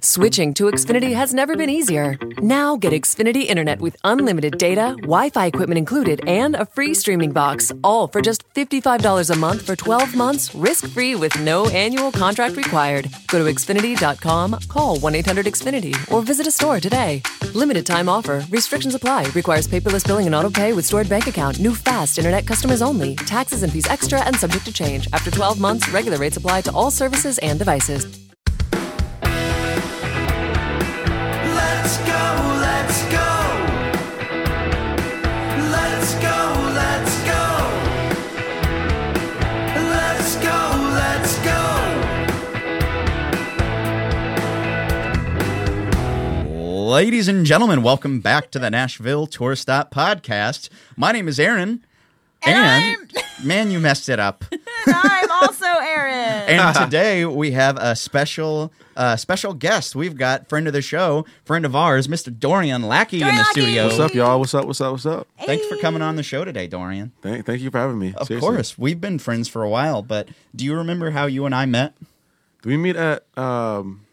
Switching to Xfinity has never been easier. Now get Xfinity Internet with unlimited data, Wi Fi equipment included, and a free streaming box, all for just $55 a month for 12 months, risk free with no annual contract required. Go to Xfinity.com, call 1 800 Xfinity, or visit a store today. Limited time offer, restrictions apply, requires paperless billing and auto pay with stored bank account, new fast Internet customers only, taxes and fees extra, and subject to change. After 12 months, regular rates apply to all services and devices. Let's go, let's go. Let's go, let's go. Let's go, let's go. Ladies and gentlemen, welcome back to the Nashville Tour Stop Podcast. My name is Aaron. And, man, you messed it up. I'm also Aaron. And today we have a special uh, special guest. We've got friend of the show, friend of ours, Mr. Dorian Lackey in the Dorian studio. Lackey! What's up, y'all? What's up? What's up? What's up? Thanks for coming on the show today, Dorian. Thank, thank you for having me. Of course, we've been friends for a while, but do you remember how you and I met? Do we meet at um,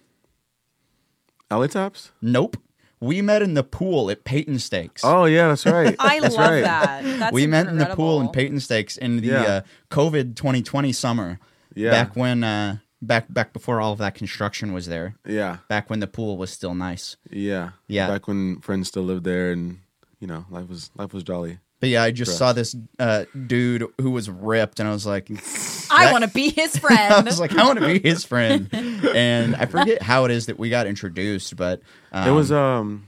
LA Tops? Nope. We met in the pool at Peyton Stakes. Oh yeah, that's right. I that's love right. that. That's we met in the incredible. pool in Peyton Stakes in the Yeah. uh, COVID 2020 summer. Yeah. Back when, uh, back back before all of that construction was there. Yeah, Back when the pool was still nice. yeah, Yeah. Back when friends still lived there, and you know, life was life was jolly. But yeah, I just saw this uh, dude who was ripped, and I was like, I want to be his I friend. was like, I want to be his friend. And I forget how it is that we got introduced, but um, it was um,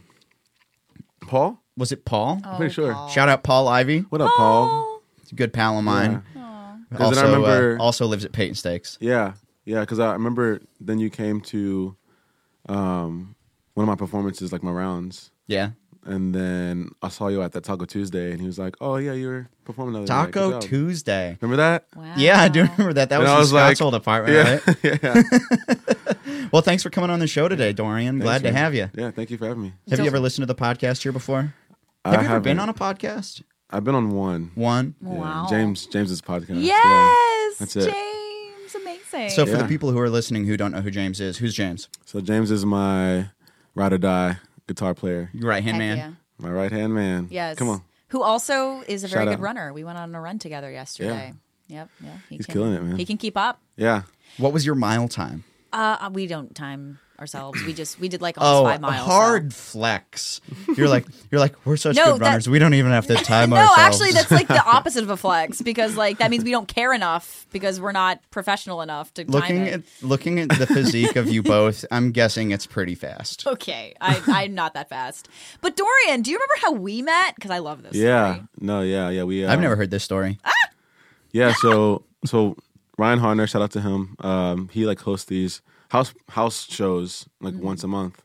Paul. was it Paul? Oh, pretty sure. Paul. Shout out Paul Ivy, What up, Paul? He's a good pal of mine. then I Also, uh, remember- also lives at Peyton Stakes. Yeah, yeah. Because I remember then you came to um one of my performances, like my rounds. Yeah. And then I saw you at that Taco Tuesday, and he was like, "Oh yeah, you were performing the other night. Good Taco job." Tuesday. Remember that? Wow. Yeah, I do remember that. That And was, I was the like- Scott's old apartment, Yeah, right? yeah. Well, thanks for coming on the show today, Dorian. Glad to man. have you. Yeah, thank you for having me. Have you ever listened to the podcast here before? I Have you ever been haven't. on a podcast? I've been on one. One. Yeah, Wow. James James's podcast. yeah. Yes. That's it. James, amazing. So, for the Yeah. people who are listening who don't know who James is, who's James? So James is my ride or die guitar player, Your right hand man. Heck yeah. my right hand man. Yes. Come on. Who also is a very Shout good out. runner. We went on a run together yesterday. Yep. Yeah. He He's can- killing it, man. He can keep up. Yeah. What was your mile time? Uh, we don't time ourselves. We just we did like almost Oh, five miles. so- hard flex. You're like you're like we're such No, good that- runners. We don't even have to time No, ourselves. actually, that's like the opposite of a flex because like that means we don't care enough because we're not professional enough to time looking it. at looking at the physique of you both. I'm guessing it's pretty fast. Okay, I, I'm not that fast. But Dorian, do you remember how we met? Because I love this. Yeah. story. No, yeah, yeah. We uh, I've never heard this story. Yeah, so so Ryan Harner, shout out to him. Um, he like hosts these house house shows like Mm-hmm. once a month.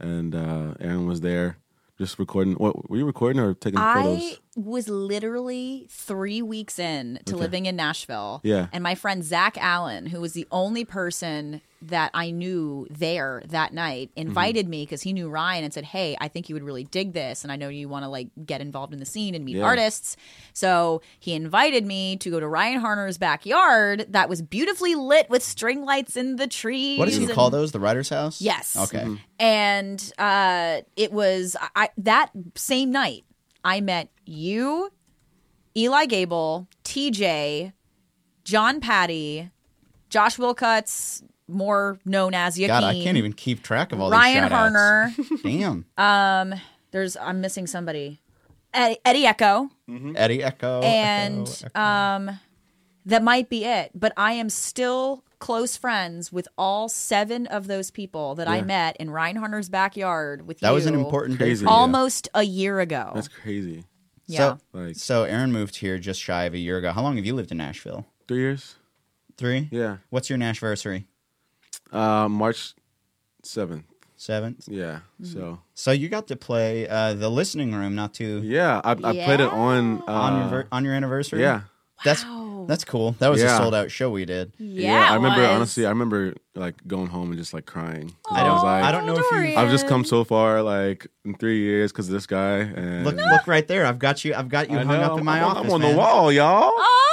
And uh Aaron was there just recording what were you recording or taking I photos? was literally three weeks in to living in Nashville. Yeah. And my friend Zach Allen, who was the only person that I knew there that night, Mm-hmm. invited me because he knew Ryan and said, Hey, I think you would really dig this. And I know you want to like get involved in the scene and meet Yeah. artists. So he invited me to go to Ryan Harner's backyard that was beautifully lit with string lights in the trees. What did you and- call those? The writer's house? Yes. Mm-hmm. Okay. Mm-hmm. and uh, it was I, I that same night I met you, Eli Gable, TJ, John Patty, Josh Wilcutts, more known as Yakin. God, I can't even keep track of all these Ryan shout-outs. Harner. Uh, Damn. There's I'm missing somebody. Ed- Eddie Echo Eddie Oh, Echo. and Echo, Echo. um, that might be it. But I am still close friends with all seven of those people that I met in Ryan Harner's backyard with that you. was an important day. Crazy. for you. almost a year ago. That's crazy. yeah. So, Like so Aaron moved here just shy of a year ago. How long have you lived in Nashville? three years? Three. Yeah. What's your Nashversary? Uh March seventh. Seventh. Yeah. Mm-hmm. So So you got to play uh, the listening room not too Yeah, I, I played it on. Uh, on your ver- on your anniversary. yeah, That's that's cool. That was a Yeah. sold out show we did. Yeah, I it remember was. honestly. I remember like going home and just like crying. I don't was like, I don't know if you Dorian. I've just come so far, like in three years, because of this guy. And look look right there. I've got you. I've got you I hung know, up in my I'm, on- office. I'm on man. the wall, y'all. Oh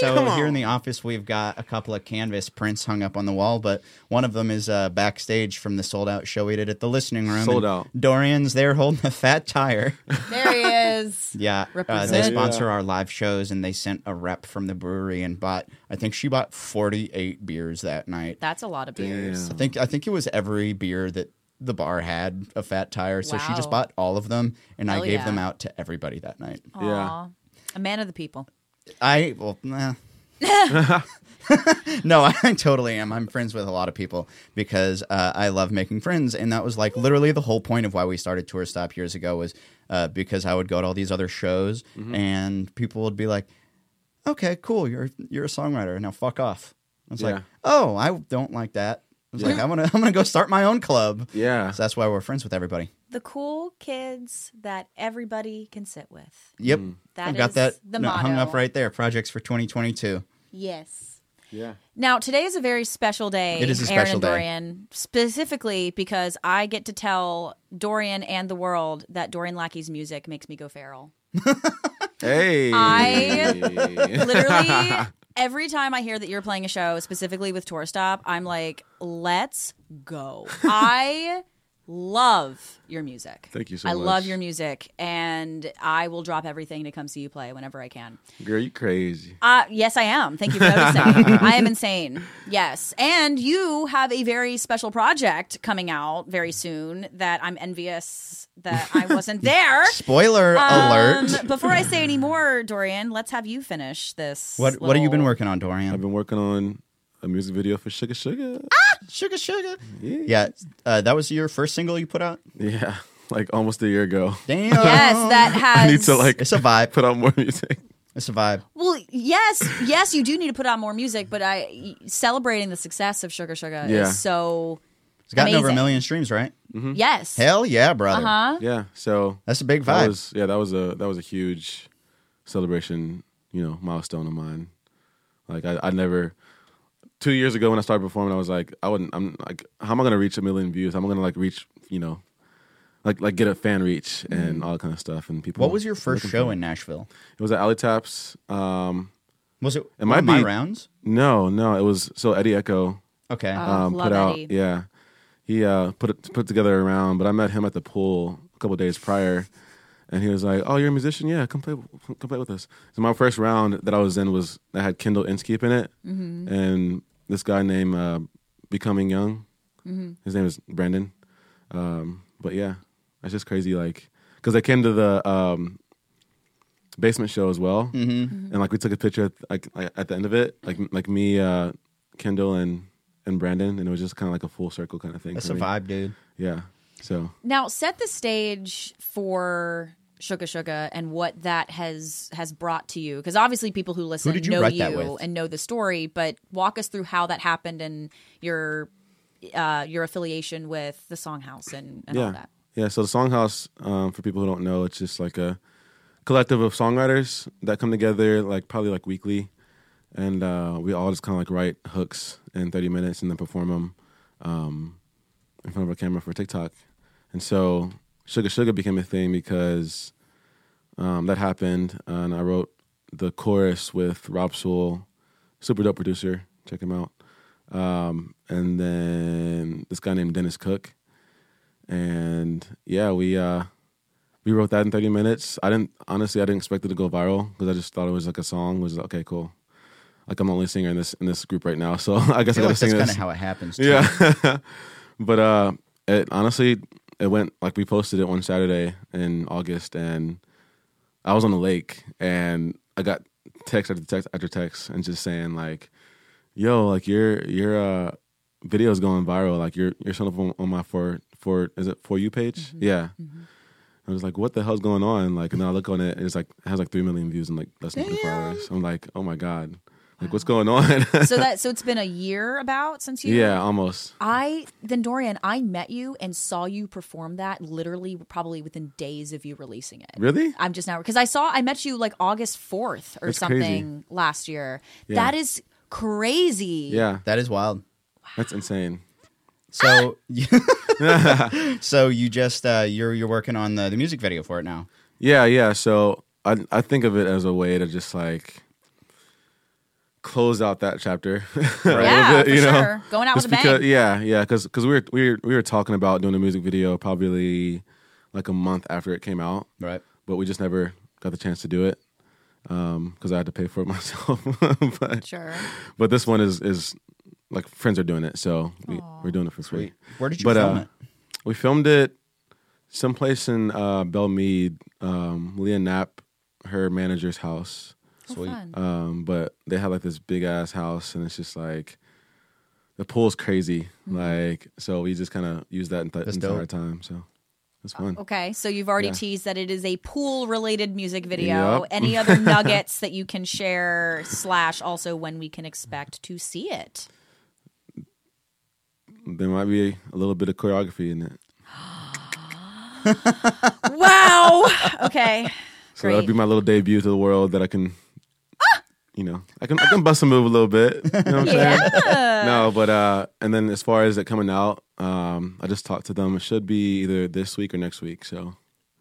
So here in the office, we've got a couple of canvas prints hung up on the wall, but one of them is uh, backstage from the sold out show we did at the listening room. Sold and out. Dorian's there holding a fat tire. There he is. Yeah, uh, they Represent. sponsor our live shows, and they sent a rep from the brewery and bought. I think she bought forty eight beers that night. That's a lot of beers. I think I think it was every beer that the bar had a fat tire, so she just Wow. bought all of them, and I Hell gave yeah. them out to everybody that night. Yeah. Aw. A man of the people. I well, nah. no, I totally am. I'm friends with a lot of people because uh, I love making friends, and that was like literally the whole point of why we started Tour Stop years ago was uh, because I would go to all these other shows, Mm-hmm. and people would be like, "Okay, cool, you're you're a songwriter now. Fuck off." I was Yeah. like, "Oh, I don't like that." I was like, "I'm gonna I'm gonna go start my own club." Yeah. so that's why we're friends with everybody. The cool kids that everybody can sit with. Yep, Mm. That I've got is that the no- hung up motto. right there. Projects for 2022. Yes. Yeah. Now, today is a very special day. It is a Aaron special and day. Dorian, specifically because I get to tell Dorian and the world that Dorian Lackey's music makes me go feral. Hey. I- Literally, every time I hear that you're playing a show, specifically with Tour Stop, I'm like, let's go. I love your music. Thank you so I much. love your music, and I will drop everything to come see you play whenever I can. Girl, you crazy. Uh, yes, I am. Thank you for noticing. I am insane. Yes. And you have a very special project coming out very soon that I'm envious that I wasn't there. Spoiler alert. Um, before I say any more, Dorian, let's have you finish this. What What have you been little- working on, Dorian? I've been working on a music video for Sugar Sugar. Ah! Sugar, sugar. Yeah, uh, that was your first single you put out. Yeah. Like almost a year ago. Damn. Yes, that has. I need to like It's a vibe. put out more music. It's a vibe. Well, yes, yes, you do need to put out more music, but I celebrating the success of Sugar Sugar Yeah. Mm-hmm. is so. It's gotten over a Amazing. Uh-huh. million streams, right? Yes. Hell yeah, brother. Huh? Yeah. So That's a big that vibe. was yeah, that was a that was a huge celebration, you know, milestone of mine. Like I, I never two years ago when I started performing, I was like, I wouldn't I'm like how am I gonna reach a million views? How am I gonna like reach, you know, like like get a fan reach and all that kind of stuff and people Mm. What was your first show in Nashville? It was at Alley Taps. Um Was it, It one of might my be- rounds? no, no, it was so Eddie Echo Okay. Oh, um, love put out. Eddie. Yeah, he uh, put it, put together a round. But I met him at the pool a couple days prior, and he was like, "Oh, you're a musician? Yeah, come play, come play with us." So my first round that I was in was that had Kendall Inskeep in it, Mm-hmm. and this guy named uh, Becoming Young. His name is Brandon. Um, but yeah, it's just crazy. Like, because I came to the um, basement show as well, Mm-hmm. and like we took a picture at, like like, at the end of it, like like me, uh, Kendall, and and Brandon, and it was just kind of like a full circle kind of thing. That's for a me. vibe, dude. Yeah. So Now set the stage for Sugar Sugar and what that has has brought to you because obviously people who listen did you know write that you with? and know the story, but walk us through how that happened and your uh, your affiliation with the Songhouse and, and yeah, all that. yeah. So the Songhouse, um, for people who don't know, it's just like a collective of songwriters that come together, like probably like weekly, and uh, we all just kind of like write hooks in 30 minutes and then perform them um, in front of a camera for TikTok. And so Sugar Sugar became a thing because um, that happened, and I wrote the chorus with Rob Sewell, super dope producer. Check him out. Um, and then this guy named Dennis Cook, and yeah, we uh, we wrote that in 30 minutes. I didn't honestly, I didn't expect it to go viral because I just thought it was like a song. Was like, okay, cool. Like I'm the only singer in this in this group right now, so I I guess I, gotta feel like sing that's kind this. of how it happens. too. Yeah. but uh it honestly it went like we posted it one Saturday in August and I was on the lake and I got text after text after text and just saying like, yo, like your your uh video's going viral. Like you're you're showing up on, on my for for is it for you page? Yeah. I was like, what the hell's going on? Like, and then I look on it, and it's like it has like three million views in like less than 24 hours. I'm like, oh my god, like what's going on? so that so it's been a year about since you yeah, almost. I then Dorian, I met you and saw you perform that literally probably within days of you releasing it. Really? I'm just now because I saw I met you like August 4th or That's something last year. That is crazy. Yeah, That is wild. that's insane. So, so you just uh, you're you're working on the, the music video for it now. Yeah, yeah. So I I think of it as a way to just like closed out that chapter. a Yeah, little bit, for sure. Going out Just with a because- bang. Yeah, yeah, because we were we were we were talking about doing a music video probably like a month after it came out, Right. but we just never got the chance to do it because I had to pay for it myself. but, Sure. but this one is is like friends are doing it, so we, we're doing it for free. Where did you But, film uh, it? We filmed it someplace in uh, Belmead, um, Leah Knapp, her manager's house. Sweet. Fun. Um, but they have like this big ass house, and it's just like the pool's crazy. Like, so we just kind of used that th- That's entire dope. time. So it's fun. Okay, so you've already Yeah. teased that it is a pool-related music video. Yep. Any other nuggets that you can share? Slash, also when we can expect to see it? There might be a little bit of choreography in it, Wow. Okay. so that'll Great. Ah! be my little debut to the world that I can. You know, I can I can bust a move a little bit. You know what I'm saying? No, but uh, and then as far as it coming out, um, I just talked to them. It should be either this week or next week. So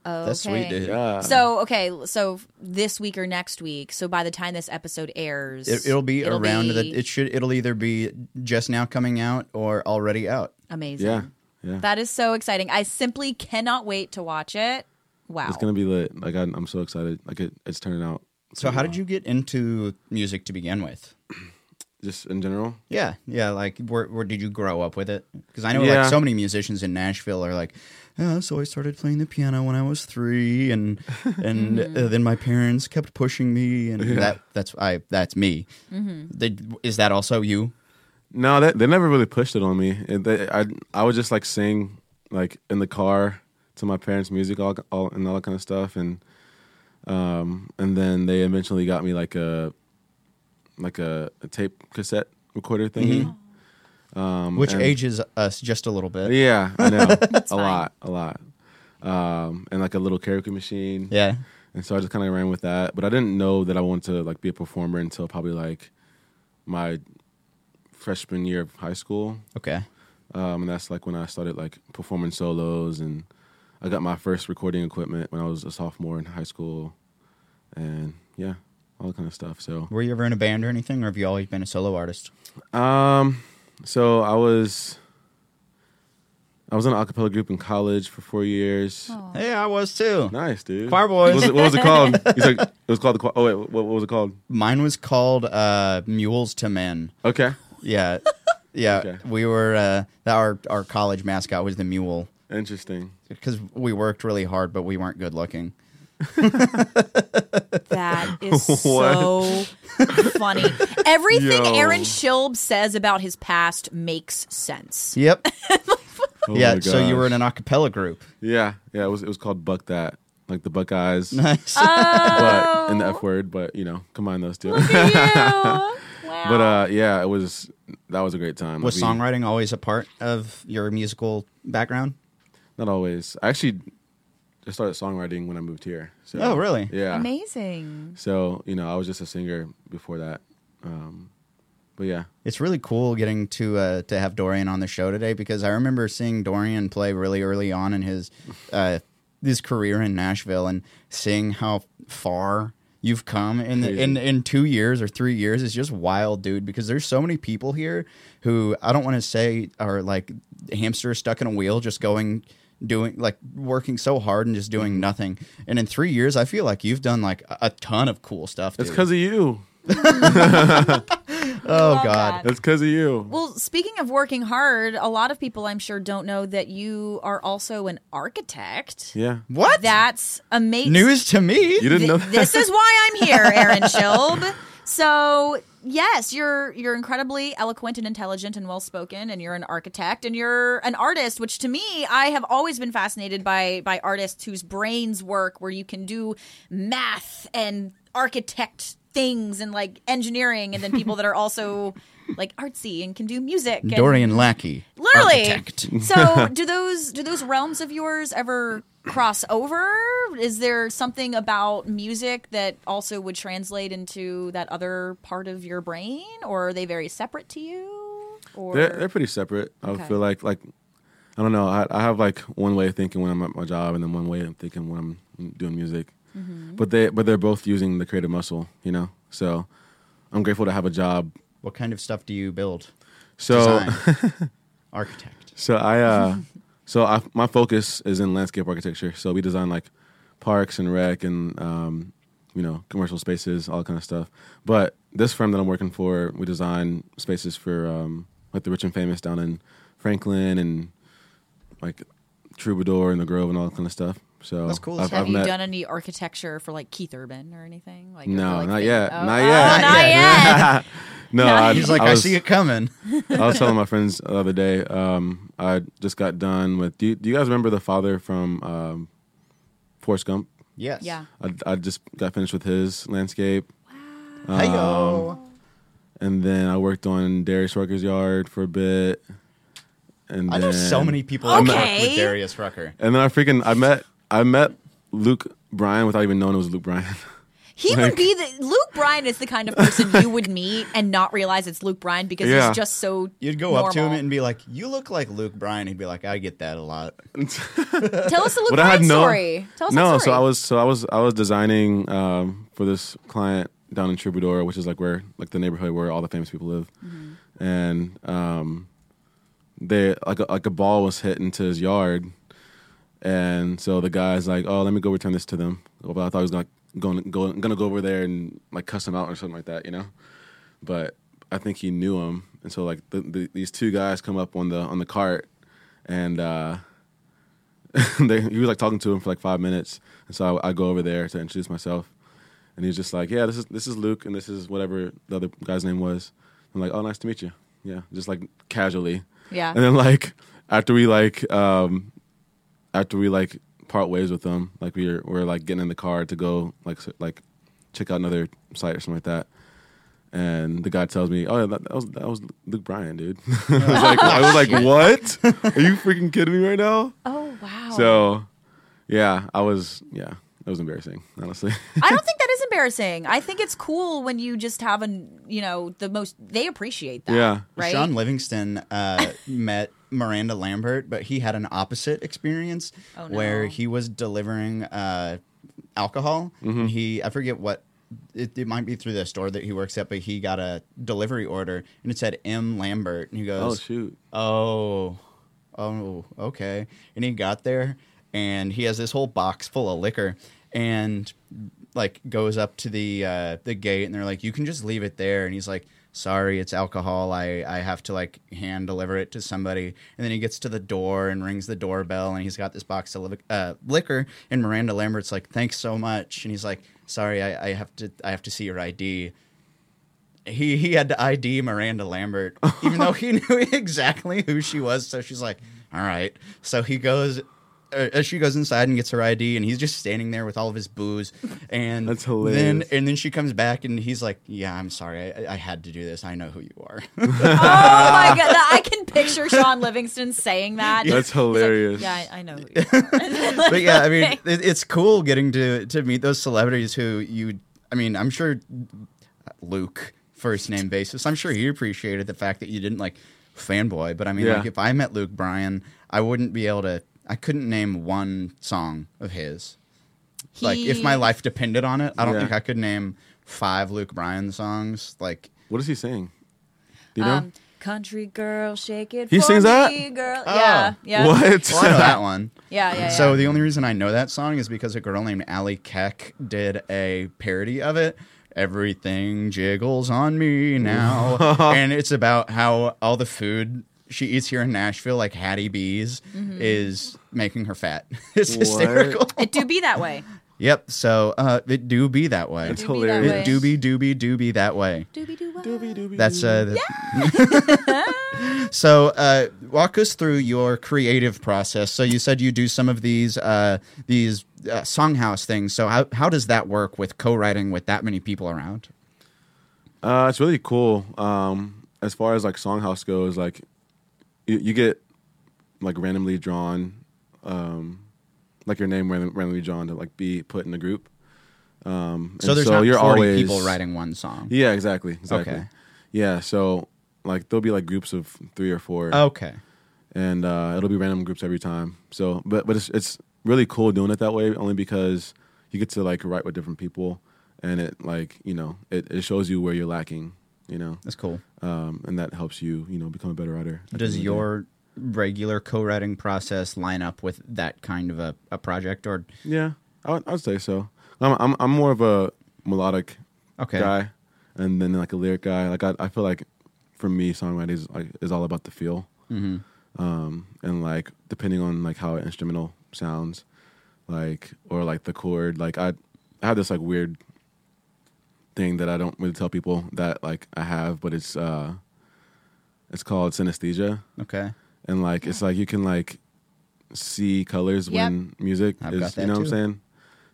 That's sweet, dude. yeah, So okay, so this week or next week. So by the time this episode airs, It, it'll be around be that. It should. It'll either be just now coming out or already out. amazing. yeah, yeah. That is so exciting. I simply cannot wait to watch it. Wow. It's gonna be lit. Like I, I'm so excited. Like it, it's turning out So, how did you get into music to begin with? just in general. Yeah, yeah. Like, where, where did you grow up with it? Because I know Yeah. like so many musicians in Nashville are like, "Yeah, so I started playing the piano when I was three, and and uh, then my parents kept pushing me, and that that's I that's me. Mm-hmm. Did- is that also you? No, that, they never really pushed it on me. It, they, I I would just like sing like in the car to my parents' music, all, all and all that kind of stuff, and um and then they eventually got me like a like a, a tape cassette recorder thingy. Which Um, and- ages us just a little bit. Yeah, I know a lot, a lot, um and like a little karaoke machine. Yeah. and so I just kind of ran with that. But I didn't know that I wanted to like be a performer until probably like my freshman year of high school, Okay. um, and that's like when I started like performing solos, and I got my first recording equipment when I was a sophomore in high school, and yeah, all that kind of stuff. So Were you ever in a band or anything, or have you always been a solo artist? Um, so I was I was in an acapella group in college for four years. Hey, I was too. Nice, dude. Oh. Choir boy. What was it, what was it called? He's like, it was called the. choir- Oh wait, what, what was it called? Mine was called uh, Mules to Men. Okay. Yeah. Yeah. Okay. We were, uh, our, our college mascot was the mule Interesting. because we worked really hard, but we weren't good looking. That is so funny. Everything Yo. Aaron Shilb says about his past makes sense. Yep. Oh yeah. my So you were in gosh. an a cappella group. Yeah, yeah. It was it was called Buck That, like the Buckeyes, Nice. Oh. but in the Oh. F word. But you know, combine those two. Ew. wow. but uh, yeah, it was that was a great time. was Like, we- songwriting always a part of your musical background? Not always. I actually just started songwriting when I moved here. So, Oh, really? Yeah. Amazing. So you know, I was just a singer before that. Um, but yeah, It's really cool getting to uh, to have Dorian on the show today because I remember seeing Dorian play really early on in his uh, his career in Nashville and seeing how far you've come in the, in in two years or three years is just wild, dude. Because there's so many people here who I don't want to say are like hamsters stuck in a wheel, just going doing like working so hard and just doing nothing. And in three years, I feel like you've done like a, a ton of cool stuff. it's dude. because of you. oh god, It's because of you. Well, speaking of working hard, a lot of people I'm sure don't know that you are also an architect. yeah. what That's amazing. news to me? You didn't know that. this is why I'm here, Aaron Shilb. So yes, you're you're incredibly eloquent and intelligent and well spoken, and you're an architect and you're an artist, which to me I have always been fascinated by by artists whose brains work where you can do math and architect things and like engineering, and then people that are also like artsy and can do music. and- Dorian Lackey. Literally. Architect. So, do those do those realms of yours ever cross over? Is there something about music that also would translate into that other part of your brain, or are they very separate to you? Or They're they're pretty separate. I would Okay. feel like like I don't know. I I have like one way of thinking when I'm at my job, and then one way I'm thinking when Mm-hmm. I'm doing music. But they but they're both using the creative muscle, you know. So I'm grateful to have a job. What kind of stuff do you build? So Design. architect. So I, uh, so I, my focus is in landscape architecture. So we design like parks and rec and um, you know commercial spaces, all that kind of stuff. But this firm that I'm working for, we design spaces for um, like the rich and famous down in Franklin and like Troubadour and the Grove and all that kind of stuff. So That's cool. I've, Have I've you met, done any architecture for like Keith Urban or anything? Like or No, for, like, not fa- yet. Oh, Not oh, yet. not yet. no, I, He's like, I, I was, see it coming. I was telling my friends the other day. Um, I just got done with. Do you, do you guys remember the father from um, Forrest Gump? yes. Yeah. I, I just got finished with his landscape, Hi-yo. Um, and then I worked on Darius Rucker's yard for a bit. And I know then- so many people that work Okay. with Darius Rucker. And then I freaking I met I met Luke Bryan without even knowing it was Luke Bryan. He would be the Luke Bryan is the kind of person you would meet and not realize it's Luke Bryan because Yeah. he's just so. You'd go up to him normal. and be like, "You look like Luke Bryan." He'd be like, "I get that a lot." tell us the Luke but I had Bryan no story. Tell us no. that So story. I was so I was I was designing um, for this client down in Troubadour, which is like where like the neighborhood where all the famous people live, Mm-hmm. and um, they like a, like a ball was hit into his yard, and so the guy's like, "Oh, let me go return this to them." Well, I thought he was like going go, gonna go over there and like cuss him out or something like that, you know. But I think he knew him, and so like the, the, these two guys come up on the on the cart, and uh, they, he was like talking to him for like five minutes, and so I, I go over there to introduce myself, and he's just like, "Yeah, this is this is Luke, and this is whatever the other guy's name was." I'm like, "Oh, nice to meet you." Yeah, just like casually. Yeah. And then like after we like um after we like part ways with them, like we we're we're like getting in the car to go like s- like check out another site or something like that. And the guy tells me, "Oh, yeah, that, that was that was Luke Bryan, dude." I was like, I was like, "What? Are you freaking kidding me right now?" oh wow. So, yeah, I was, yeah, it was embarrassing, honestly. I don't think that is embarrassing. I think it's cool when you just have an you know the most they appreciate that. Yeah. Right. Sean Livingston uh, met Miranda Lambert, but he had an opposite experience Oh, no. where he was delivering uh, alcohol. He, I forget what. It, it might be through the store that he works at, but he got a delivery order and it said M. Lambert. And he oh, goes, shoot. oh, oh, okay. And he got there, and he has this whole box full of liquor, and like goes up to the uh, the gate, and they're like, "You can just leave it there." And he's like, "Sorry, it's alcohol. I I have to like hand deliver it to somebody." And then he gets to the door and rings the doorbell, and he's got this box of li- uh, liquor, and Miranda Lambert's like, "Thanks so much," and he's like, "Sorry, I, I have to I have to see your ID." he he had to ID Miranda Lambert, even though he knew exactly who she was. So she's like, "All right." So he goes, uh, uh, she goes inside and gets her ID, and he's just standing there with all of his booze. And That's Then hilarious. and then she comes back, and he's like, "Yeah, I'm sorry, I, I had to do this. I know who you are." Oh my god! that- I can picture Sean Livingston saying that. That's hilarious. yeah, I, I know. who you are." but yeah, I mean, it, it's cool getting to to meet those celebrities who you. I mean, I'm sure Luke first name basis. I'm sure he appreciated the fact that you didn't like fanboy. But I mean, Yeah. like if I met Luke Bryan, I wouldn't be able to. I couldn't name one song of his. Like if my He- life depended on it, I don't Yeah. think I could name five Luke Bryan songs. Like What is he saying? Do you know? Um, Country girl, shake it. He for sings me, that? Girl. Oh. Yeah, yeah. What? well, I know that one. Yeah, yeah. yeah. So the only reason I know that song is because a girl named Allie Keck did a parody of it. Everything jiggles on me now, and it's about how all the food she eats here in Nashville, like Hattie B's, Mm-hmm. is making her fat. it's What? hysterical. it do be that way. Yep. So uh, it do be that way. That's Do be that hilarious. way. It do be do be do be that way. Do be do what? Doobie doobie That's doo. uh. the- so uh, walk us through your creative process. So you said you do some of these uh, these uh, songhouse things. So how how does that work with co-writing with that many people around? Uh, it's really cool. Um, as far as like Songhouse goes, like you, you get like randomly drawn, um, like your name ran- randomly drawn to like be put in a group. Um, So and there's not you're 40 always- people writing one song. Yeah, exactly, exactly. Okay. Yeah, so like there'll be like groups of three or four. Okay. and uh, it'll be random groups every time. So, but but it's it's really cool doing it that way, only because you get to like write with different people, and it like you know it, it shows you where you're lacking you know That's cool. um, and that helps you you know become a better writer at the end of Does the day. your regular co-writing process line up with that kind of a, a project or yeah I would, I would say so I'm, I'm I'm more of a melodic okay guy and then like a lyric guy like I, I feel like for me songwriting is like is all about the feel hmm um, and like depending on like how an instrumental sounds, like or like the chord. Like I, I have this like weird thing that I don't really tell people that like I have, but it's uh, it's called synesthesia, okay and like it's like you can like see colors Yep. when music I've is. got You that know what I'm too. saying?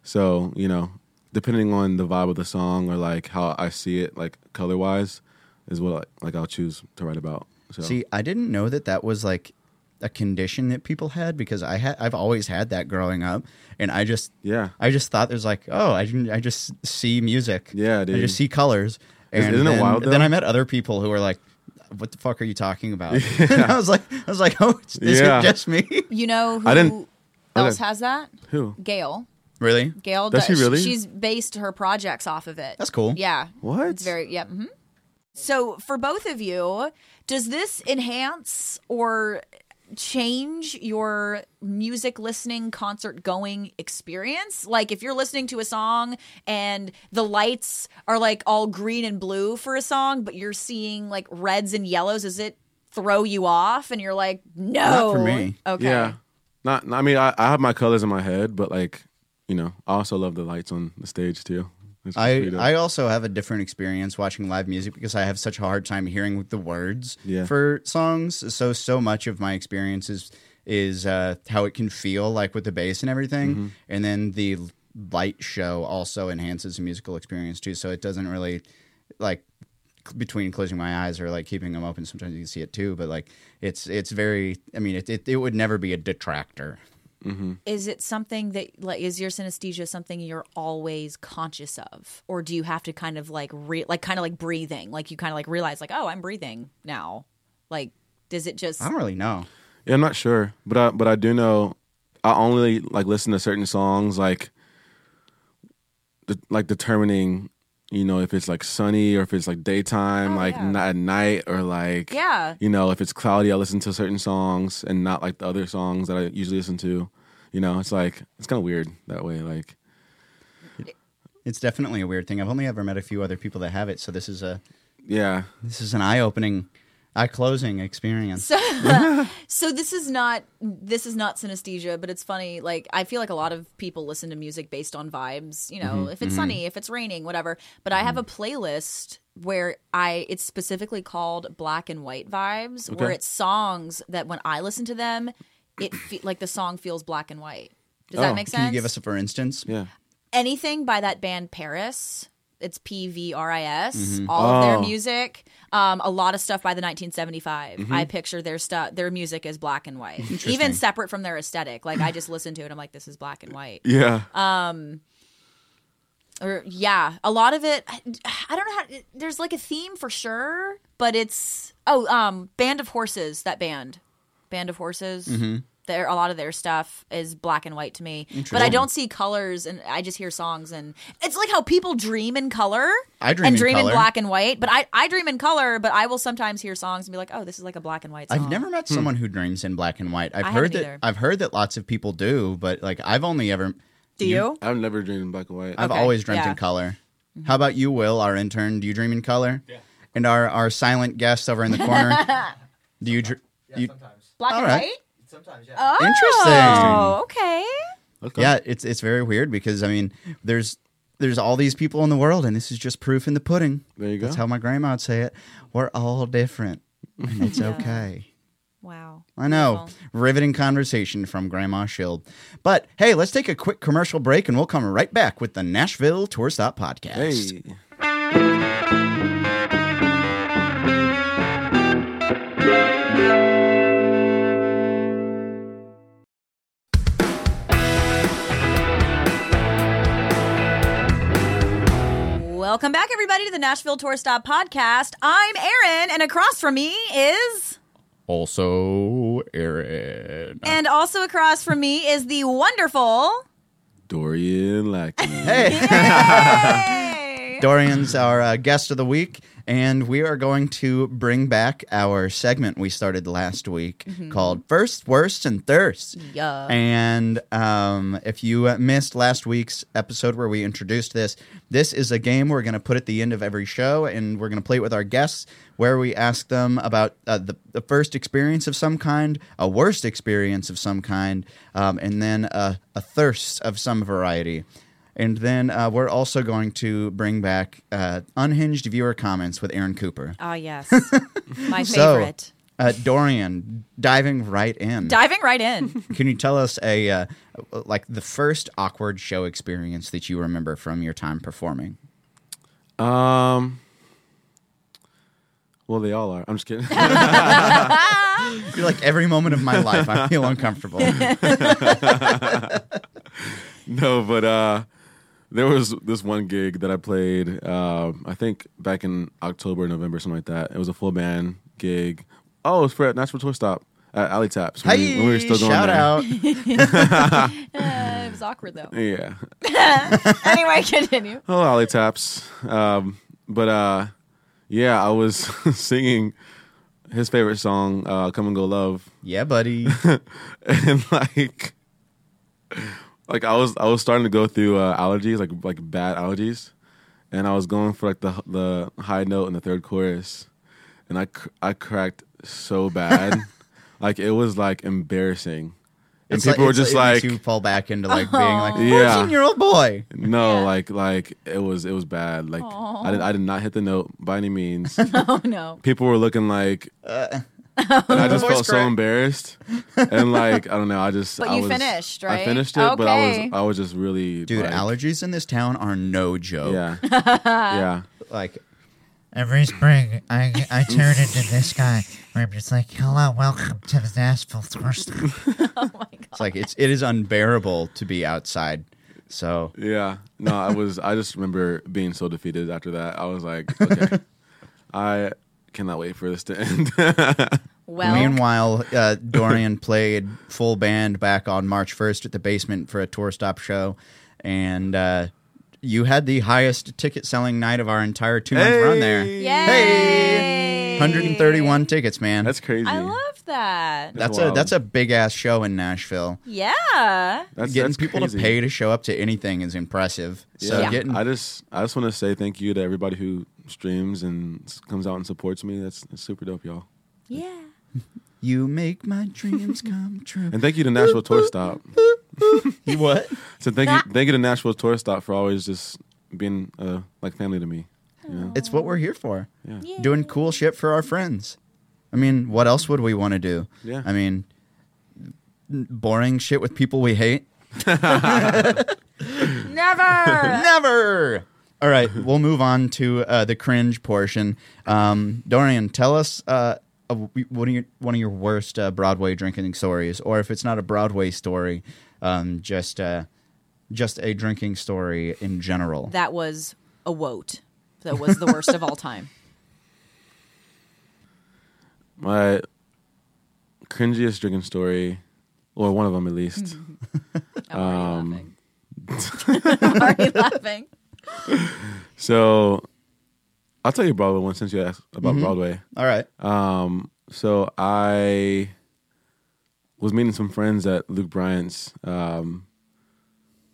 So you know, depending on the vibe of the song or like how I see it, like color wise, is what like I'll choose to write about. So See, I didn't know that that was like a condition that people had because I had I've always had that growing up, and I just yeah. I just thought there's like oh I didn't I just see music Yeah, I dude. just see colors and Is- isn't it then, wild, though? then I met other people who were like what the fuck are you talking about and I was like I was like oh is Yeah. it just me You know who I didn't- okay. else has that? Who? Gail. really Gail Does she really? She's based her projects off of it. That's cool. Yeah. What? It's very yeah. mhm. So for both of you, does this enhance or change your music listening concert going experience like if you're listening to a song and the lights are like all green and blue for a song but you're seeing like reds and yellows does it throw you off and you're like no for me. okay Yeah. Not, not- I mean, I, I have my colors in my head, but like, you know, I also love the lights on the stage too. It's I, pretty dope. I also have a different experience watching live music because I have such a hard time hearing the words Yeah. for songs. So so much of my experience is is uh, how it can feel like with the bass and everything, and then the l- light show also enhances the musical experience too. So it doesn't really like c- between closing my eyes or like keeping them open. Sometimes you can see it too, but like it's it's very. I mean, it it, it would never be a detractor. is it something that like is your synesthesia something you're always conscious of or do you have to kind of like re- like kind of like breathing like you kind of like realize like oh i'm breathing now like does it just I don't really know. yeah, I'm not sure, but I, but I do know I only like listen to certain songs, like, de- like determining, you know, if it's like sunny or if it's like daytime, like n- at night or like, Oh, Yeah. you know, if it's cloudy, I listen to certain songs and not like the other songs that I usually listen to. You know, it's like, it's kind of weird that way. Like, It's definitely a weird thing. I've only ever met a few other people that have it, so this is a yeah. This is an eye-opening, eye-closing experience. so this is not this is not synesthesia but it's funny like i feel like a lot of people listen to music based on vibes you know Mm-hmm. if it's sunny if it's raining whatever but i have a playlist where i it's specifically called black and white vibes where Okay. it's songs that when i listen to them it fe- like the song feels black and white does Oh, that make sense Can you give us a for instance? Uh, Yeah. anything by that band Paris. It's P V R I S. All of their Oh. music, um, a lot of stuff by the 1975. I picture their stuff, their music is black and white, even separate from their aesthetic. Like I just listened to it, I'm like, this is black and white. Yeah. Or yeah, a lot of it. I, I don't know how. There's like a theme for sure, but it's oh, um, Band of Horses. That band, Band of Horses. Mm-hmm. There, a lot of their stuff is black and white to me, but I don't see colors, and I just hear songs, and it's like how people dream in color. I dream and in dream in color. black and white, but I I dream in color, but I will sometimes hear songs and be like, oh, this is like a black and white. song. I've never met Hmm. someone who dreams in black and white. I've I heard haven't that. either. I've heard that lots of people do, but like I've only ever. Do you? I've never dreamed in black and white. I've Okay, always dreamt yeah. Mm-hmm. in color. How about you, Will, our intern? Do you dream in color? Yeah. And our our silent guest over in the corner. do you? Dr- you black All and right. white? Sometimes, yeah. Oh, Interesting. okay. Okay. Yeah, it's it's very weird because I mean, there's there's all these people in the world, and this is just proof in the pudding. There you go. That's how my grandma would say it. We're all different, and it's okay. Wow. I know. Riveting conversation from Grandma Shield. But hey, let's take a quick commercial break and we'll come right back with the Nashville Tour Stop Podcast. Hey. Welcome back, everybody, to the Nashville Tour Stop Podcast. I'm Erin, and across from me is, Also, Aaron. Ah. and also across from me is the wonderful. Dorian Lackey. Hey. Hey! Sorry. Dorian's our uh, guest of the week, and we are going to bring back our segment we started last week called First, Worst, and Thirst. Yeah. And um, if you uh, missed last week's episode where we introduced this, this is a game we're going to put at the end of every show, and we're going to play it with our guests where we ask them about uh, the, the first experience of some kind, a worst experience of some kind, um, and then uh, a thirst of some variety. And then uh, we're also going to bring back uh, unhinged viewer comments with Aaron Cooper. Ah, yes. My So, favorite. uh, Dorian, diving right in. Diving right in. Can you tell us a uh, like the first awkward show experience that you remember from your time performing? Um. Well, they all are. I'm just kidding. You're like every moment of my life, I feel uncomfortable. no, but uh, there was this one gig that I played. Uh, I think back in October, November, something like that. It was a full band gig. Oh, it was for Nashville Tour Stop at Alley Taps. when we- Hey, when we were still going shout there. out! Uh, it was awkward though. Yeah. anyway, continue. Hello, Alley Taps. Um, but uh, yeah, I was singing his favorite song, uh, "Come and Go Love," Yeah, buddy. and like like I was I was starting to go through uh, allergies like like bad allergies and I was going for like the the high note in the third chorus and I cr- I cracked so bad like it was like embarrassing and It's people like- were it's just like like "Oh." you fall back into like being like Yeah. fourteen year old boy. no Yeah. like like it was it was bad like I did I did not hit the note by any means Oh no. people were looking like Uh. and I just Voice felt so crack. embarrassed and like I don't know I just But I you was- finished, I right? finished it but I was Okay. I was just really Dude, like, allergies in this town are no joke. yeah yeah Like Every spring, I, I turn into this guy where I'm just like, hello, welcome to the Nashville Tourist. it's like it's it is unbearable to be outside. So yeah no I was I just remember being so defeated after that I was like okay I cannot wait for this to end Well, Meanwhile, uh, Dorian played full band back on March 1st at the basement for a tour stop show. And uh, you had the highest ticket selling night of our entire two month run there yay! Hey! 131 tickets, man. that's crazy I love that. that's a wild. that's a big ass show in Nashville. Yeah. that's, getting that's people crazy. to pay to show up to anything is impressive. So Yeah. getting I just I just want to say thank you to everybody who streams and s- comes out and supports me that's, that's super dope y'all Yeah. you make my dreams come true. and thank you to Nashville Tour Stop what? So thank you, thank you to Nashville Tour Stop for always just being uh, like family to me. You know? It's what we're here for. Doing cool shit for our friends. I mean, what else would we want to do? Yeah. I mean, n- boring shit with people we hate? Never. Never! All right, we'll move on to uh, the cringe portion. Um, Dorian, tell us uh, a- one, of your, one of your worst uh, Broadway drinking stories, or if it's not a Broadway story, um, just, uh, just a drinking story in general. that was a woat. That was the worst of all time. My cringiest drinking story, or one of them at Mm-hmm. least. I'm already laughing. I'm already laughing. so I'll tell you Broadway one since you asked about Mm-hmm. Broadway. All right. So I was meeting some friends at Luke Bryant's um,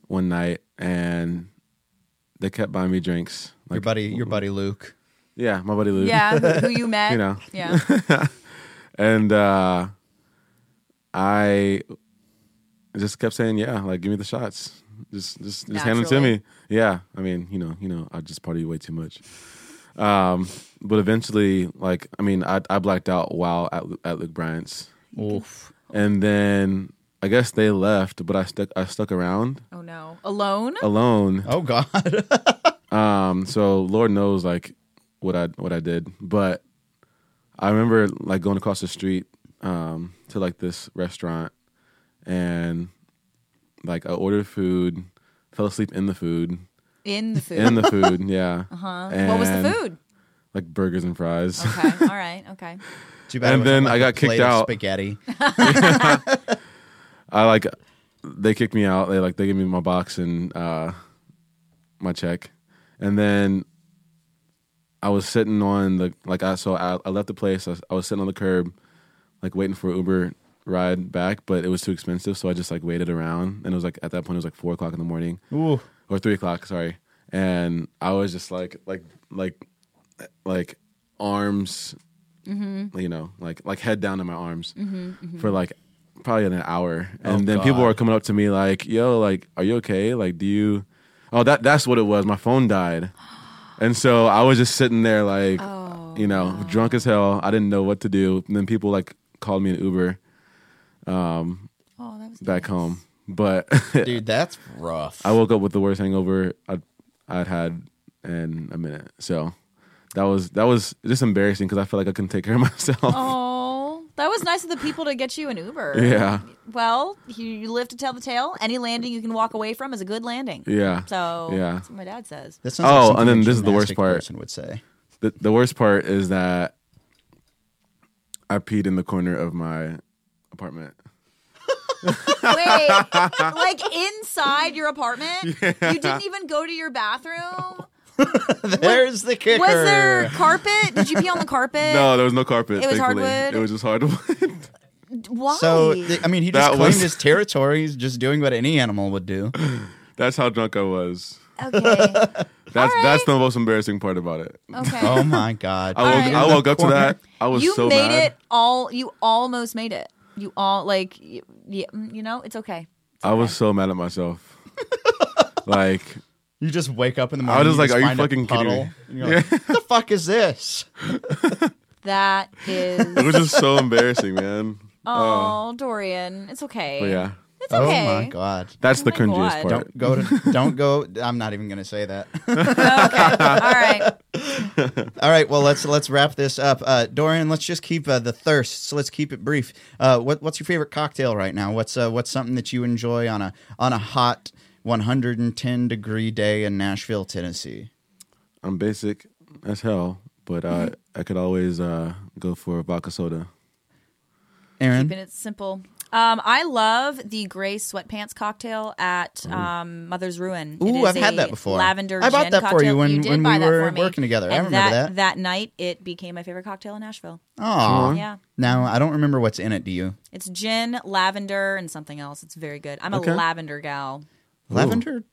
one night, and they kept buying me drinks. Like, your buddy, your buddy Luke. yeah, my buddy Luke. Yeah. Who you met? You know. Yeah. and uh I just kept saying, "Yeah, like give me the shots, just just just hand them to Naturally. me." Yeah, I mean, you know, you know, I just party way too much. Um, but eventually, like, I mean, I I blacked out while at Lu- at Luke Bryant's, Oof. and then I guess they left, but I stuck I stuck around Oh no. Alone? alone. Oh God. Um, so Lord knows like what I what I did, but I remember like going across the street um, to like this restaurant, and like I ordered food, fell asleep in the food, In the food. in the food, yeah. Uh-huh. What was the And, food? Oh, Like burgers and fries. Okay. All right. Okay. Too bad. it And wasn't then like I a got kicked plate of out. Spaghetti. I like they kicked me out. They like they gave me my box and uh, my check, and then I was sitting on the like I so I, I left the place. I was, I was sitting on the curb, like waiting for Uber ride back, but it was too expensive, so I just like waited around. And it was like at that point it was like four o'clock in the morning, or three o'clock, sorry. And I was just like like like like arms, you know, like like head down to my arms for like probably an hour, and then people God. were coming up to me like, "Yo, like, are you okay? Like, do you?" Oh, that that's what it was. My phone died. And so I was just sitting there, like, you know, drunk as hell. I didn't know what to do. And then people like called me an Uber Oh, that was back home. But Dude, that's rough. I woke up with the worst hangover I'd, I'd had in a minute. So that was that was just embarrassing because I felt like I couldn't take care of myself. Oh, that was nice of the people to get you an Uber. Yeah, Well, you, you live to tell the tale. Any landing you can walk away from is a good landing. yeah. So Yeah. that's what my dad says. That sounds Oh, something and then a this is the worst gymnastic part. Person would say. The the worst part is that I peed in the corner of my apartment. Wait, like inside your apartment? You didn't even go to your bathroom? There's the kicker. Was there carpet? Did you pee on the carpet? No, there was no carpet. It was thankfully. hardwood? It was just hardwood. Why? So th- I mean, he just That claimed was- his territory. He's just doing what any animal would do. That's how drunk I was. okay. That's that's the most embarrassing part about it. Okay. Oh my god! I woke, I woke up to that. I was you so made mad. it all. You almost made it. You all like. You, you know, it's okay. I was so mad at myself. like You just wake up in the I morning. was just like, you "Are you find a fucking kidding puddle, me?" and you're like, what the fuck is this? That is. it was just so embarrassing, man. Oh, Dorian, it's okay. But yeah, It's okay. Oh my god! that's the my cringiest part. God. Don't go to. Don't go. I'm not even gonna say that. Okay. All right. All right, well let's let's wrap this up, uh, Dorian. Let's just keep uh, the thirst. So let's keep it brief. Uh, what, what's your favorite cocktail right now? What's uh, what's something that you enjoy on a on a hot 110 degree day in Nashville, Tennessee? I'm basic as hell, but uh, I could always uh, go for a vodka soda. Keeping Aaron, it simple. Um, I love the gray sweatpants cocktail at um, Mother's Ruin. It Ooh, is I've had a that before. Lavender. I bought gin that for cocktail. you when- did when we buy that were for me. working together. I And remember that. That night, it became my favorite cocktail in Nashville. oh Yeah, now I don't remember what's in it. Do you? it's gin, lavender, and something else. It's very good. I'm Okay. a lavender gal. Lavender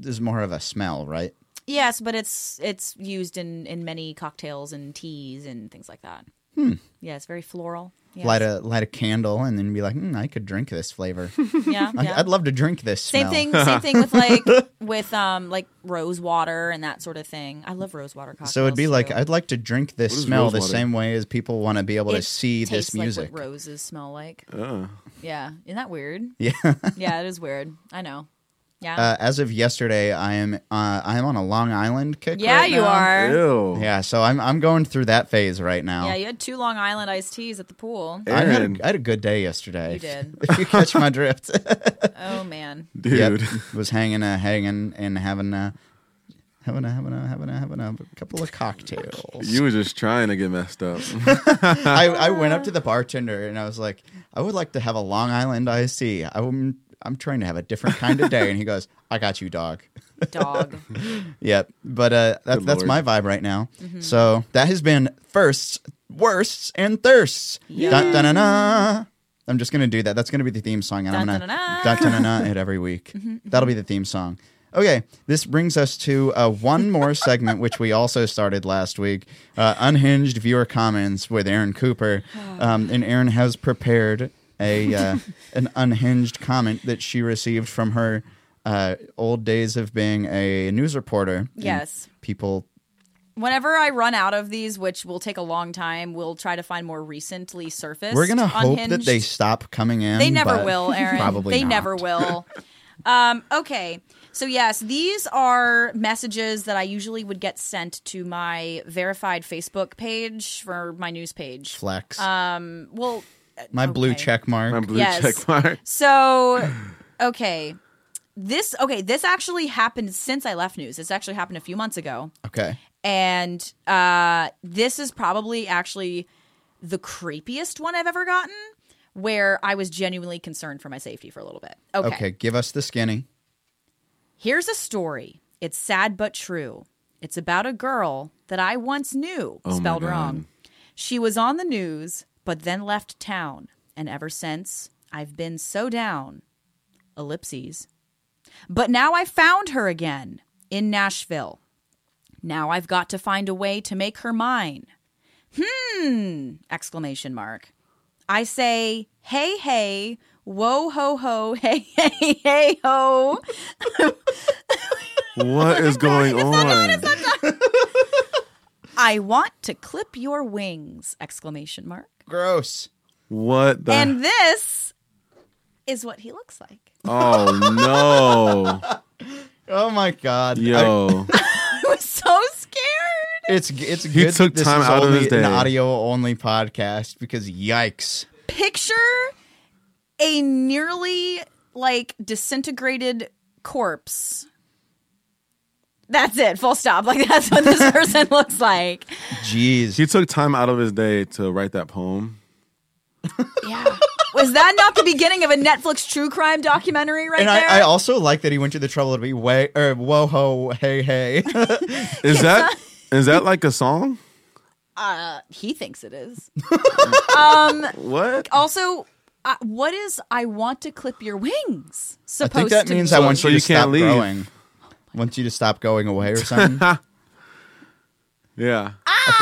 is more of a smell, right? Yes, but it's it's used in in many cocktails and teas and things like that. Hmm. Yeah, it's very floral. Yes. Light a light a candle and then be like, mm, I could drink this flavor. Yeah, I, yeah. I'd love to drink this. Same smell. thing. Same thing with like with um like rose water and that sort of thing. I love rose water cocktails. So it'd be like too. I'd like to drink this What is smell the rosewater? same way as people want to be able to It see tastes this music. Like what roses smell like. Uh, Yeah, isn't that weird? yeah. Yeah, it is weird. I know. Yeah. Uh, as of yesterday, I am uh, I am on a Long Island kick. yeah, right you now. are. ew. Yeah, so I'm I'm going through that phase right now. Yeah, you had two Long Island iced teas at the pool. I had, Aaron. a, I had a good day yesterday. You did. if you catch my drift, Oh man. Yep. dude. was hanging, uh, hanging, and having, uh, having, a, having, a, having, a, having a couple of cocktails. You were just trying to get messed up. I, I went up to the bartender and I was like, I would like to have a Long Island iced tea. I'm I'm trying to have a different kind of day, and he goes, I got you, dog. Dog. Yep. But uh, that, Good that's my lord. vibe right now. Mm-hmm. So that has been firsts, worsts, and thirsts. Dun, dun, dun, dun. I'm just gonna do that. That's gonna be the theme song, and I'm Dun, gonna dun, dun, dun, dun, dun, it every week. Mm-hmm, That'll be the theme song. Okay, this brings us to uh, one more segment, which we also started last week uh, Unhinged Viewer Comments with Aaron Cooper. Um, and Aaron has prepared a uh, an unhinged comment that she received from her uh, old days of being a news reporter. And Yes. People, Whenever I run out of these, which will take a long time, we'll try to find more recently surfaced. we're going to hope that unhinged- they stop coming in. They never but will, Aaron. Probably they not. never will. um, okay. So yes, these are messages that I usually would get sent to my verified Facebook page for my news page. Flex. Well, My blue Uh, okay. check mark. My blue Yes. check mark. so okay. This okay, this actually happened since I left news. This actually happened a few months ago. okay. And uh this is probably actually the creepiest one I've ever gotten where I was genuinely concerned for my safety for a little bit. okay. Give us the skinny. Here's a story. It's sad but true. It's about a girl that I once knew, Oh my spelled God. wrong. She was on the news, but then left town. And ever since, I've been so down. Ellipses. But now I found her again in Nashville. Now I've got to find a way to make her mine. Hmm! Exclamation mark. I say, hey, hey, whoa, ho, ho, hey, hey, hey, ho. What is going on? I want to clip your wings! Exclamation mark. Gross. What the? And this is what he looks like. oh no, Oh my god. I- yo! I was so scared. it's it's good. that took this time is out of only his day. An audio only podcast because yikes. Picture a nearly like disintegrated corpse. That's it. Full stop. Like that's what this person looks like. Jeez. He took time out of his day to write that poem. Yeah. Was that not the beginning of a Netflix true crime documentary right And there? I, I also like that he went to the trouble to be way or whoa ho hey hey. Is that is that like a song? he thinks it is. What? Also, uh, what is I want to clip your wings I supposed think that to means be? I want So you you to can't stop leave. growing. Wants you to stop going away or something. Yeah.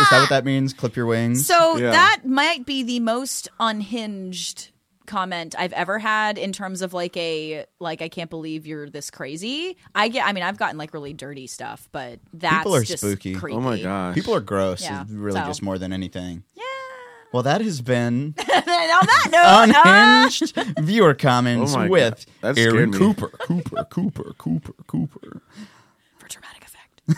Is that what that means? Clip your wings. So Yeah. that might be the most unhinged comment I've ever had in terms of like a like I can't believe you're this crazy. I get I mean I've gotten like really dirty stuff, but that's People are just spooky. Creepy. Oh my gosh. People are gross. Yeah, is really so. just more than anything. Yeah. Well, that has been and on that note, ah! unhinged viewer comments Oh my with God. That scared Aaron me. Cooper. Cooper, Cooper, Cooper, Cooper. for dramatic effect.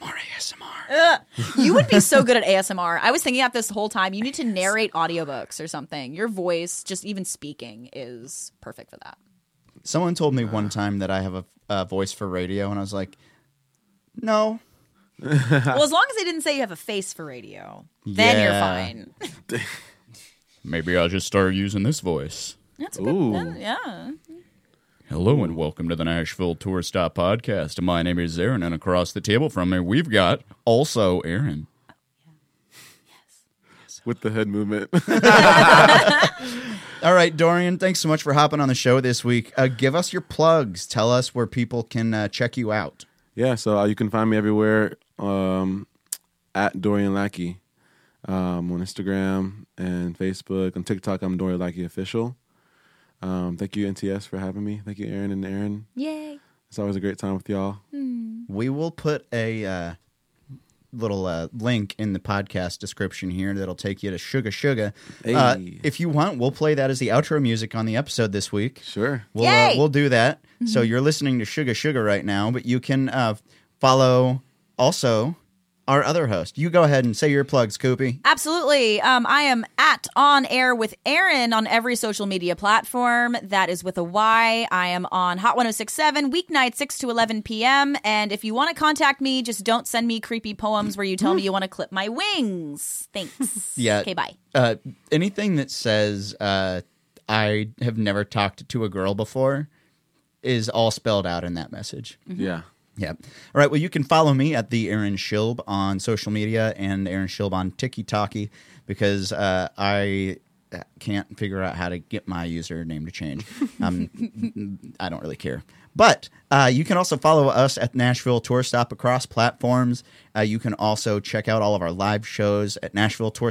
More ASMR. You would be so good at ASMR. I was thinking about this the whole time. You need to narrate audiobooks or something. Your voice, just even speaking, is perfect for that. Someone told me one time that I have a, a voice for radio, and I was like, no. Well, as long as they didn't say you have a face for radio, then Yeah. you're fine. Maybe I'll just start using this voice. That's a good. Ooh. Yeah. Hello and welcome to the Nashville Tour Stop Podcast. My name is Aaron, and across the table from me, we've got also Aaron. With the head movement. All right, Dorian, thanks so much for hopping on the show this week. Uh, give us your plugs. Tell us where people can uh, check you out. yeah. So uh, you can find me everywhere um, at Dorian Lackey um, on Instagram and Facebook. On TikTok, I'm Dorian Lackey Official. Um, thank you, NTS, for having me. Thank you, Aaron and Aaron. Yay. It's always a great time with y'all. We will put a uh, little uh, link in the podcast description here that'll take you to Sugar Sugar. Uh, Hey. if you want, we'll play that as the outro music on the episode this week. Sure. We'll, uh, Yay! we'll do that. So you're listening to Sugar Sugar right now, but you can uh, follow also our other host. You go ahead and say your plugs, Koopy. Absolutely. Um, I am at On Air with Aaron on every social media platform. That is with a Y. I am on Hot 1067, weeknight 6 to 11 p.m. And if you want to contact me, just don't send me creepy poems where you tell me you want to clip my wings. Thanks. Yeah. Okay, bye. Uh, anything that says uh, I have never talked to a girl before is all spelled out in that message. Yeah. Yeah. All right. Well, you can follow me at the Aaron Shilb on social media and Aaron Shilb on TikTok because uh, I can't figure out how to get my username to change. Um, I don't really care. But uh, you can also follow us at Nashville Tour Stop across platforms. Uh, you can also check out all of our live shows at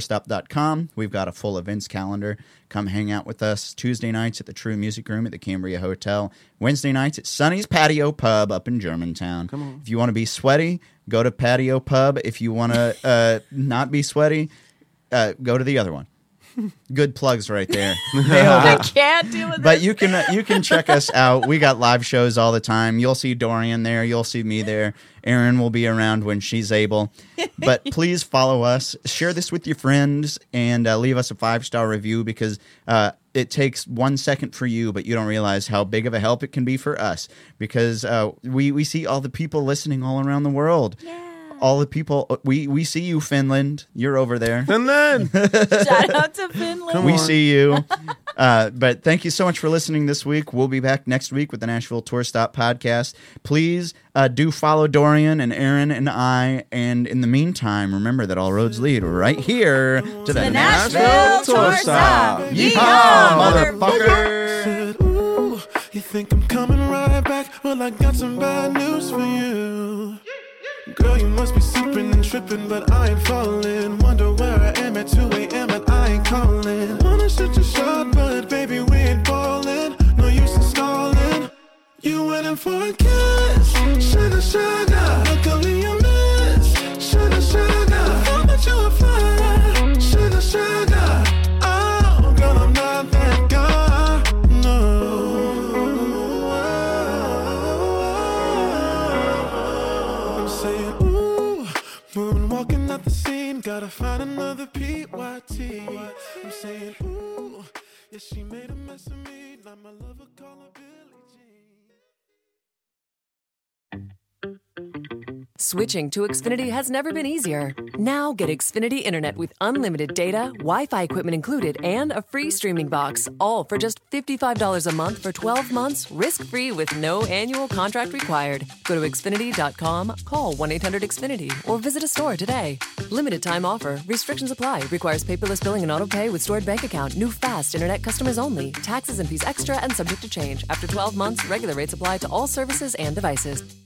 NashvilleTourStop.com. We've got a full events calendar. Come hang out with us Tuesday nights at the True Music Room at the Cambria Hotel, Wednesday nights at Sunny's Patio Pub up in Germantown. Come on. If you want to be sweaty, go to Patio Pub. If you want to uh, not be sweaty, uh, go to the other one. Good plugs right there. Nailed it I can't deal with but you can uh, you can check us out. We got live shows all the time. You'll see Dorian there. You'll see me there. Erin will be around when she's able. But please follow us. Share this with your friends and uh, leave us a five star review because uh, it takes one second for you, but you don't realize how big of a help it can be for us because uh, we we see all the people listening all around the world. all the people. We we see you, Finland. You're over there. And then Shout out to Finland. We see you. Uh, but thank you so much for listening this week. We'll be back next week with the Nashville Tour Stop podcast. Please uh, do follow Dorian and Aaron and I. And in the meantime, remember that all roads lead right here to the, Nashville Tour Stop. Yeehaw, Yeehaw, motherfucker. said, Ooh, you think I'm coming right back? Well, I got some bad news for you. Girl, you must be sleeping and tripping, but I ain't falling. Wonder where I am at 2 a.m. and I ain't calling. Wanna shoot your shot, but baby, we ain't ballin'. No use in stalling. You waiting for a kiss, sugar, sugar. Luckily, I miss, sugar, sugar. How much you a fly, sugar, sugar. Oh, girl, I'm not that guy. No. I'm saying, ooh, woman walking out the scene. Gotta find another PYT. I'm saying, ooh, yeah, she made a mess of me. Now my lover call her Billie Jean. Switching to Xfinity has never been easier. Now get Xfinity Internet with unlimited data, Wi Fi equipment included, and a free streaming box, all for just $55 a month for 12 months, risk free with no annual contract required. Go to Xfinity.com, call 1 800 Xfinity, or visit a store today. Limited time offer, restrictions apply, requires paperless billing and auto pay with stored bank account, new fast Internet customers only, taxes and fees extra and subject to change. After 12 months, regular rates apply to all services and devices.